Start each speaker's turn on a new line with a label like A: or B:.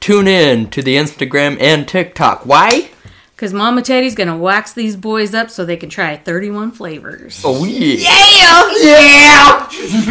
A: tune in to the Instagram and TikTok. Why?
B: Because Mama Teddy's going to wax these boys up so they can try 31 flavors.
A: Oh, yeah.
B: Damn! Yeah!